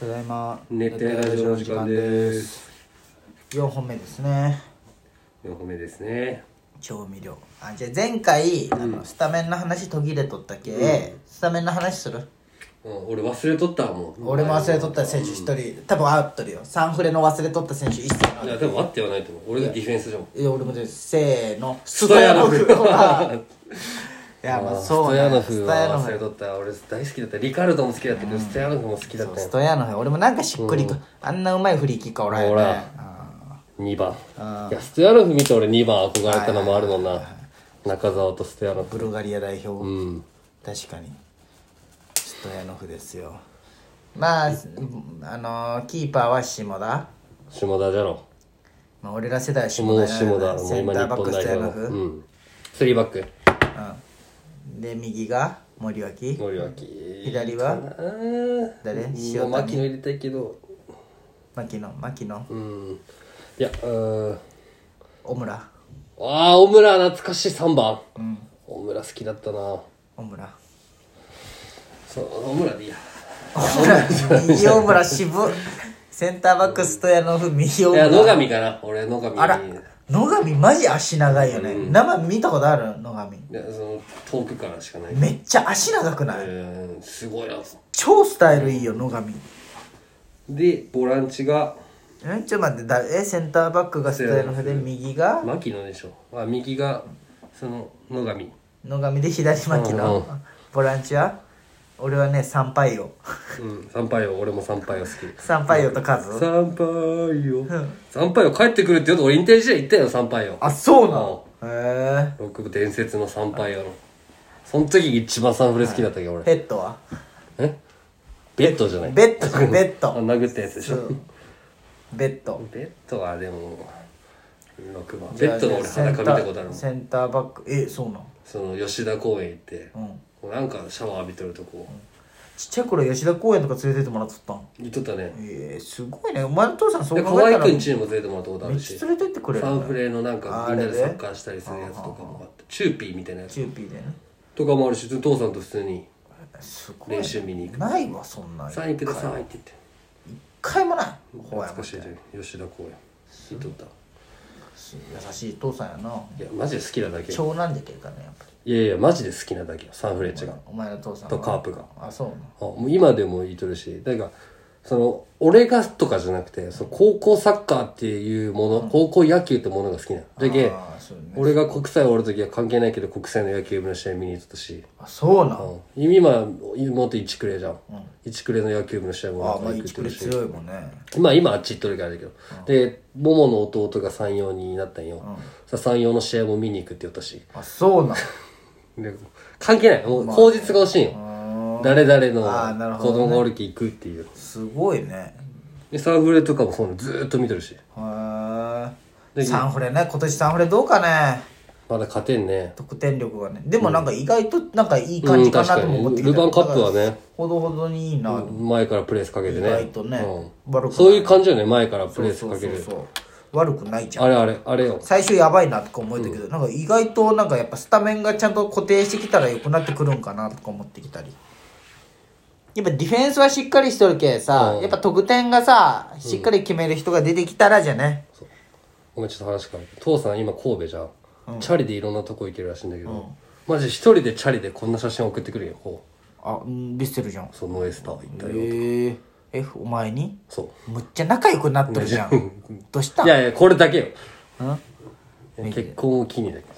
ただいま熱帯ラジオの時間です4本目ですね4本目ですね調味料あじゃあ前回、あのスタメンの話途切れとったけ、スタメンの話する、うん俺忘れとったわもう俺も忘れとった選手一人、多分あっとるよサンフレの忘れとった選手一切いやでもあってはないと思う俺がディフェンスじゃんえ俺もですせーのストヤノフストヤノ フいやまあそうストねヤノフストヤノは忘れフとった俺大好きだったリカルドも好きだったけど、ストヤノフも好きだったスよトヤノフ俺もなんかしっくりと、あんなうまいフリーキックはおらんよおねらん2番いやストヤノフ見て俺2番憧れたのもあるもんな中澤とストヤノフブルガリア代表、うん確かにストヤノフですよまああのーキーパーは下田、ま下田じゃろあ、俺ら世代は下もう田下田やもなうセン今タ日ーバッ本クス代トヤノ表フ、のううん3バックんで右が森脇森脇左はあー誰もう牧野入れたいけど牧野牧野うんいやうーん小村ああ、オムラ懐かしい3番。うんオムラ好きだったな。小村そう、オムラでいいや。右 小村渋センターバックストヤノフ右小いや、村野上かな。俺、野上に。あら野上マジ足長いよね、生見たことある野上いや、その、遠くからしかない。めっちゃ足長くない、うん、すごいな。超スタイルいいよ野上で、ボランチが、んちょっと待ってだえセンターバックがストヤノフで右が牧野でしょ。あ、右が、その、野上。野上で左牧う野んうボランチは俺はねサンパイオうん、参拝を、俺も参拝を好き。サンパイオとカズ参拝を。参拝を帰ってくるって言うと、俺、インテリ時代行ったよ、参拝を。あそうなのへロック伝説の参拝をの。その時一番サンフレ好きだったけど、え俺。ペットはえベッドじゃないベッドベッあド殴ったやつでしょそうベッドベッドはでも6番ベッドの俺裸見たことあるもんセンターバックえそうなのその吉田公園行ってうんこうなんかシャワー浴びとるとこちっちゃい頃吉田公園とか連れてってもらっとったん行っとったねえー、すごいねお前の父さんそうで考河えた合らくんめっち家にも連れてもらったことあるしゃ連れてってくれるサンんフだレのなんかあみんなであれサねッカーしたりするやつとかもあってチューピーみたいなやつチューピーでねとかもあるし普通に父さんと普通にすごい練習見に行くないわそんな「一サインください」って言って回もないほや懐かしいね吉田公園行っとった優しい父さんやないやマジで好きなだけ長男じゃけえかねやっぱりいやいやマジで好きなだけよサンフレッチェがお前の父さんとはカープがあそうなのあもう今でも言いとるしだからその俺がとかじゃなくてその高校サッカーっていうもの、高校野球ってものが好きなのじゃけあーそうね俺が国際おる時は関係ないけど国際の野球部の試合見に行っとったし、あそうなうのん、今妹一クレじゃん、ん一クレの野球部の試合もあまあ一行ってクレるし強いもんねまあ今あっち行っとるからだけど、で桃の弟が山陽になったんよ、さ山陽の試合も見に行くって言ったしあそう なで関係ないもう口実が欲しいんよ、のうーん誰あーな々るのほ子どね供がおるき行くっていうすごいねでサンフレとかもそうねずーっと見てるしへーでサンフレね今年サンフレどうかねまだ勝てんね得点力がねでもなんか意外となんかいい感じかなとも思ってきた、うん確かにルヴァンカップはねだからほどほどにいいな、前からプレスかけてね意外とねうん悪くないそういう感じよね前からプレスそかうけそうるそう悪くないじゃんあれあれあれよ最初やばいなとか思えたけど、なんか意外となんかやっぱスタメンがちゃんと固定してきたら良くなってくるんかなとか思ってきたりやっぱディフェンスはしっかりしとるけさ、やっぱ得点がさしっかり決める人が出てきたらじゃね、ごめんちょっと話変わる父さん今神戸じゃん、チャリでいろんなとこ行けるらしいんだけど、マジ一人でチャリでこんな写真送ってくるよこあうんビッセルじゃんうそのエスター行ったよ、へええお前にそむっちゃ仲良くなっとるじゃ んどうしたういやいやこれだけよん結婚を機にだけど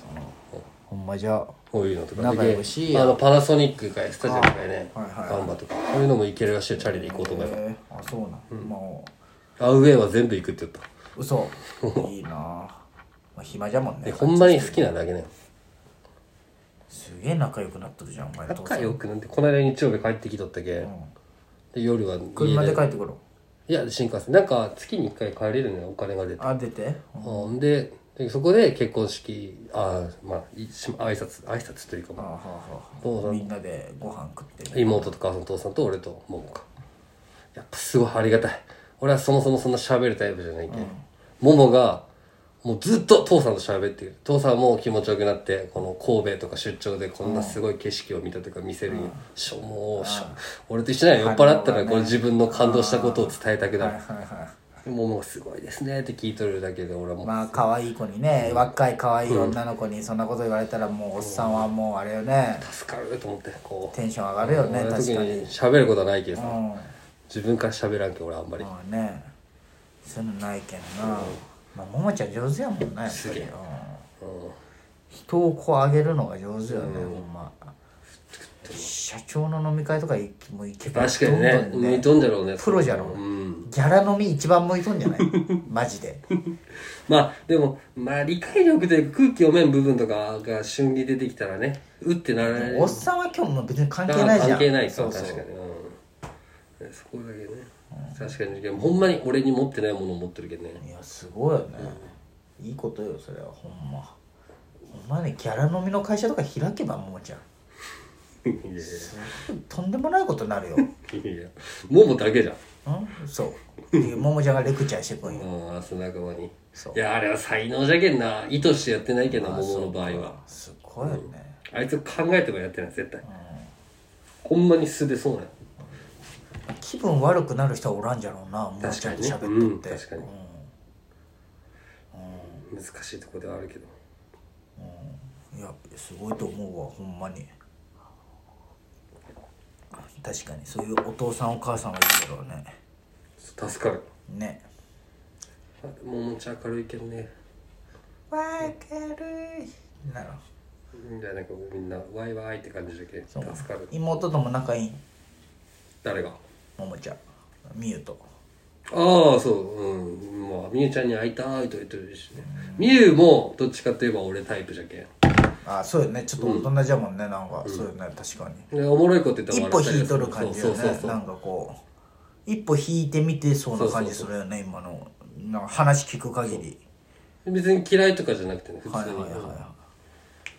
ほんまじゃあこういうのとか仲良しであのパナソニックかスタジアムかねあはいはいガンバとかそういうのも行けるらしいよチャリで行こうと思えばえあそうなん、もアウェーは全部行くって言ったう嘘いいなまあ暇じゃもんでねほんまに好きなだけねすげえ仲良くなっとるじゃんお前と仲良くなんてこの間日曜日帰ってきとったけ、で夜は家で車で帰ってくるいや新幹線なんか月に1回帰れるのよお金が出てあ出てほんででそこで結婚式あーまあいし挨拶挨拶というかあまあはあどうはぞあみんなでご飯食って妹と母さん父さんと俺と桃かやっぱすごいありがたい俺はそもそもそんな喋るタイプじゃないけ、ど桃がもうずっと父さんと喋ってる。父さんも気持ちよくなって、この神戸とか出張でこんなすごい景色を見たとか見せるよ。しょ、もう、しょ、俺と一緒に酔っ払ったら、こう自分の感動したことを伝えたくなはいる。はいはいもう、もうすごいですねって聞いとるだけで、俺はもう、まあ可愛い子にね若い可愛い女の子にそんなこと言われたらもうおっさんはもうあれよね助かると思って、こう。テンション上がるよね俺の時確かにに喋ることはないけどうさ、ん自分から喋らんけど、俺あんまり。まあねそういうのないけどな、まあももちゃん上手やもんねやっぱり、うん、人をこう上げるのが上手よね、ほんま社長の飲み会とか行きもう行けば確かにね、どんどん向いとんじゃろうね。プロじゃろう、うん。ギャラ飲み一番向いとんじゃ ないマジでまあ、でも、まあ、理解力というか空気読めん部分とかが瞬に出てきたらね、うってなられるおっさんは今日も別に関係ないじゃん関係ないかそうそう確かに、うん、そこだけね確かにでもほんまに俺に持ってないものを持ってるけどねいやすごいよね、いいことよそれはほんまほんまねギャラ飲みの会社とか開けばももちゃんいやいとんでもないことになるよやいやももだけじゃんうんそうでももちゃんがレクチャーしてくんようん明日仲間にいそうやあれは才能じゃけんな意図してやってないけんなももの場合はすごいよね、あいつ考えてもやってない絶対ほんまに素でそうなの気分悪くなる人はおらんじゃろうなももちゃんと喋っとって、うん確かにうん難しいとこではあるけどいやすごいと思うわほんまに確かにそういうお父さんお母さんはいいだろうね助かるねあももちゃん明るいけどねわかるいなるほどみたいななんかみんなワイワイって感じだけん助かる妹とも仲いい誰がももちゃんみゆとああそううんまあみゆちゃんに会いたいと言ってるしねみゆもどっちかといえば俺タイプじゃけんあそうよねちょっと大人じゃもんね、なんか、そうよね確かにでおもろいこと言った一ら歩笑ったり引いとる感じよねそうそうそうなんかこう一歩引いてみてそうな感じするよね今のなんか話聞く限り別に嫌いとかじゃなくてね普はい通はいに、はいは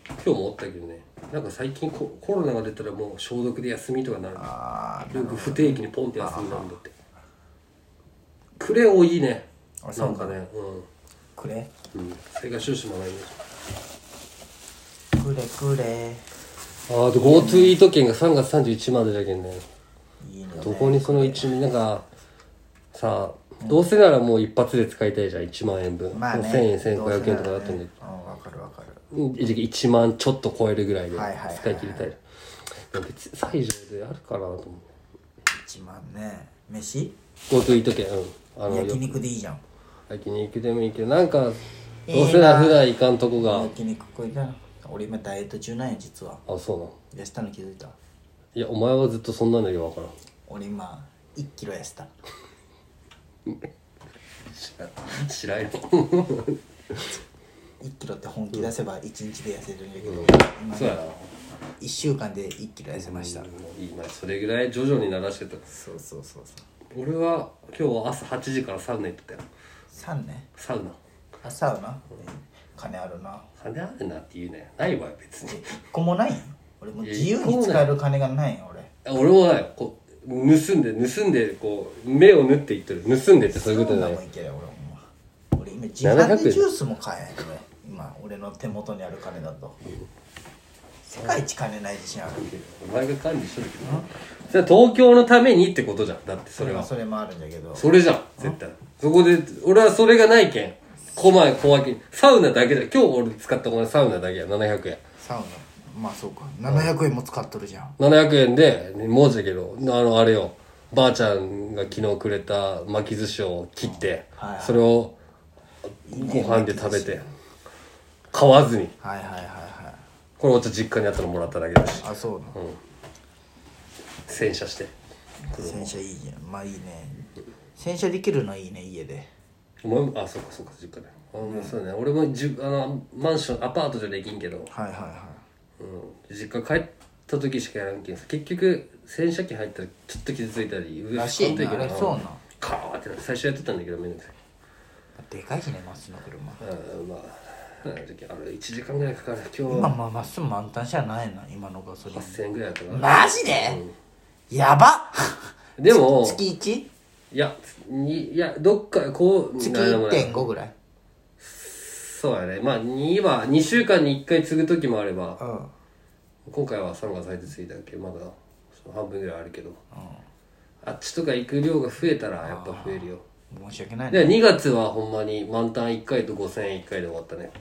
今日もおったけどねなんか最近ココロナが出たらもう消毒で休みとかなるいあよく不定期にポンって休みなんだってクレ多いねあなそんうかねーくれうん、うん、それが終始もないねくれくれああと GoTo イート券が3月31までじゃけんねいいねどこにその1ミリなんかさあどうせならもう一発で使いたいじゃん1万円分、まあね1000円1500円とかだったんで、うんわかるわかるうん1万ちょっと超えるぐらいではいはいはいはい使い切りたい,、でも別に最上であるかなと思一万ね飯う GoTo イート券うんあの焼肉でいいじゃん焼肉でもいいけどなんかどうせなら普段行かんとこが、焼肉食いたいな俺今ダイエット中なんや実はあそうなの痩せたの気づいたいやお前はずっとそんなんだけど分からん俺今1キロ痩せた 知らんよ1キロって本気出せば1日で痩せるんだけど、そうやな1週間で1キロ痩せました、今それぐらい徐々に慣らしてたそうそうそうそう俺は今日朝8時からサウナ行ってたよ3ねサウナ朝はな、金あるな金あるなって言うねないわよ別に1個もないんよ俺もう自由に使える金がないんよ俺俺もないよこう盗んで盗んでこう目を縫っていってる盗んでってそういうことじゃなないもいけない俺ほんま俺今自販700でジュースも買えへん俺今俺の手元にある金だと世界一金ない自信あるお前が管理しとるけどなそれは東京のためにってことじゃんだってそそれれははそれもあるんだけどそれじゃん絶対そこで俺はそれがないけんこま小分けにサウナだけじゃ今日俺使ったこのサウナだけや700円サウナまあそうか700円も使っとるじゃん700円でもうじゃけどあのあれよばあちゃんが昨日くれた巻き寿司を切って、はいはいそれをご飯で食べて買わずにはいはいはいはいこれお茶実家にあったのもらっただけだしあそうな洗車して洗車いいじゃんまあいいね洗車できるのいいね家でお前もあそうかそうか実家であ、そうだね俺もじゅあのマンションアパートじゃできんけど、はいはいはうん、実家帰った時しかやらんけん結局洗車機入ったらちょっと傷ついたり上らしいな吹っ飛んだりあれそうなんカーってなって最初やってたんだけどめんどくさいいでかいしねまっすぐの車うんまああの時あれ1時間ぐらいかかる今日今はまあまっすぐ満タンじゃないな今のガソリン8000円ぐらいだったからマジでやばでも月 1? いやにいやどっかこう月なんでもない1.5ぐらいそうやね。まあ、2は、2週間に1回継ぐ時もあれば、うん今回は3月入って継いだっけ、まだ、その半分ぐらいあるけど、あっちとか行く量が増えたら、やっぱ増えるよ。申し訳ないねで、2月はほんまに満タン1回と5000円1回で終わったね。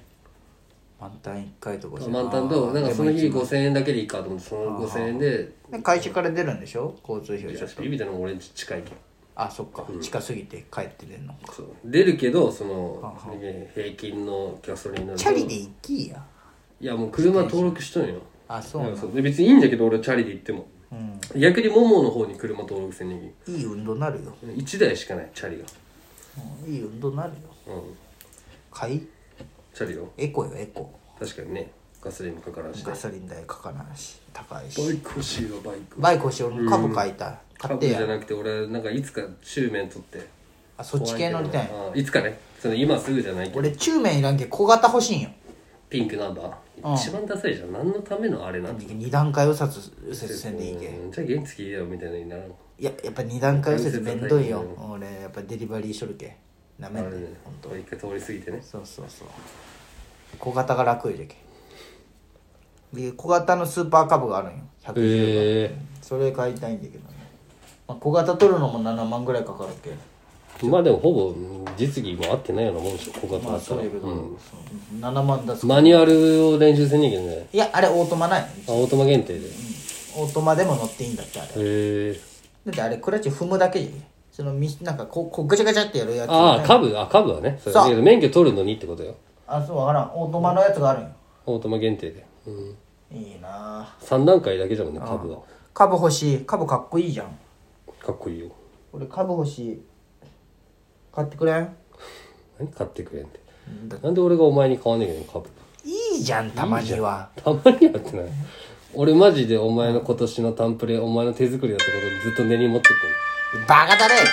満タン1回と5000満タンと、なんかその日5000円だけでいいかと思って、その5000円で、で会社から出るんでしょ交通費をいちょやっとビビたのも俺んち近いけん。あそっか近すぎて帰って出るのそう出るけど、その、平均のガソリンの量チャリで行きやいやもう車登録しとんよあそういなやのそうで別にいいんだけど俺チャリで行っても、逆にモモの方に車登録せんねいい運動になるよん1台しかないチャリがうんいい運動になるようん買いチャリよエコよエコ確かにねガソリンもかからんしねガソリン代かからんし高いバしイク欲しいわバイクバイク欲しい俺株買いたい買ってカブじゃやなくて俺なんかいつか中面取ってあそっち系乗りたいのうんいつかねその今すぐじゃないけど俺中面いらんけん小型欲しいんよピンクナンバー、うん一番ダサいじゃん何のためのあれなんて二段階右折右折線でいいけんうんじゃあ原付きだよみたいなにならんいややっぱ二段階右折めんどいよ二段階右俺やっぱデリバリー処理系なめあんれねね本当一回通り過ぎてねそうそうそう小型が楽やじゃけんで小型のスーパーカブがあるんよ110が、えそれ買いたいんだけどね、まあ、小型取るのも7万ぐらいかかるけまあでもほぼ実技も合ってないようなもんでしょ小型まだあったそうら、やけど、そう7万出すマニュアルを練習せんねえけどねいやあれオートマないあオートマ限定でへオートマでも乗っていいんだってあれえだってあれクラッチ踏むだけじゃんそのみなんかこうこうガチャガチャってやるやつああカブあカブはねそれそうだけど免許取るのにってことよあそうわからんオートマのやつがあるんよオートマ限定で、うん、いいなあ3段階だけじゃもんねカブはカブ欲しいカブかっこいいじゃんかっこいいよ俺カブ欲しい買ってくれん何買ってくれんってなんで俺がお前に買わねえけどカブ いいじゃんたまにはたまにはってない俺マジでお前の今年のタンプレお前の手作りだってことずっと根に持ってってるバカだね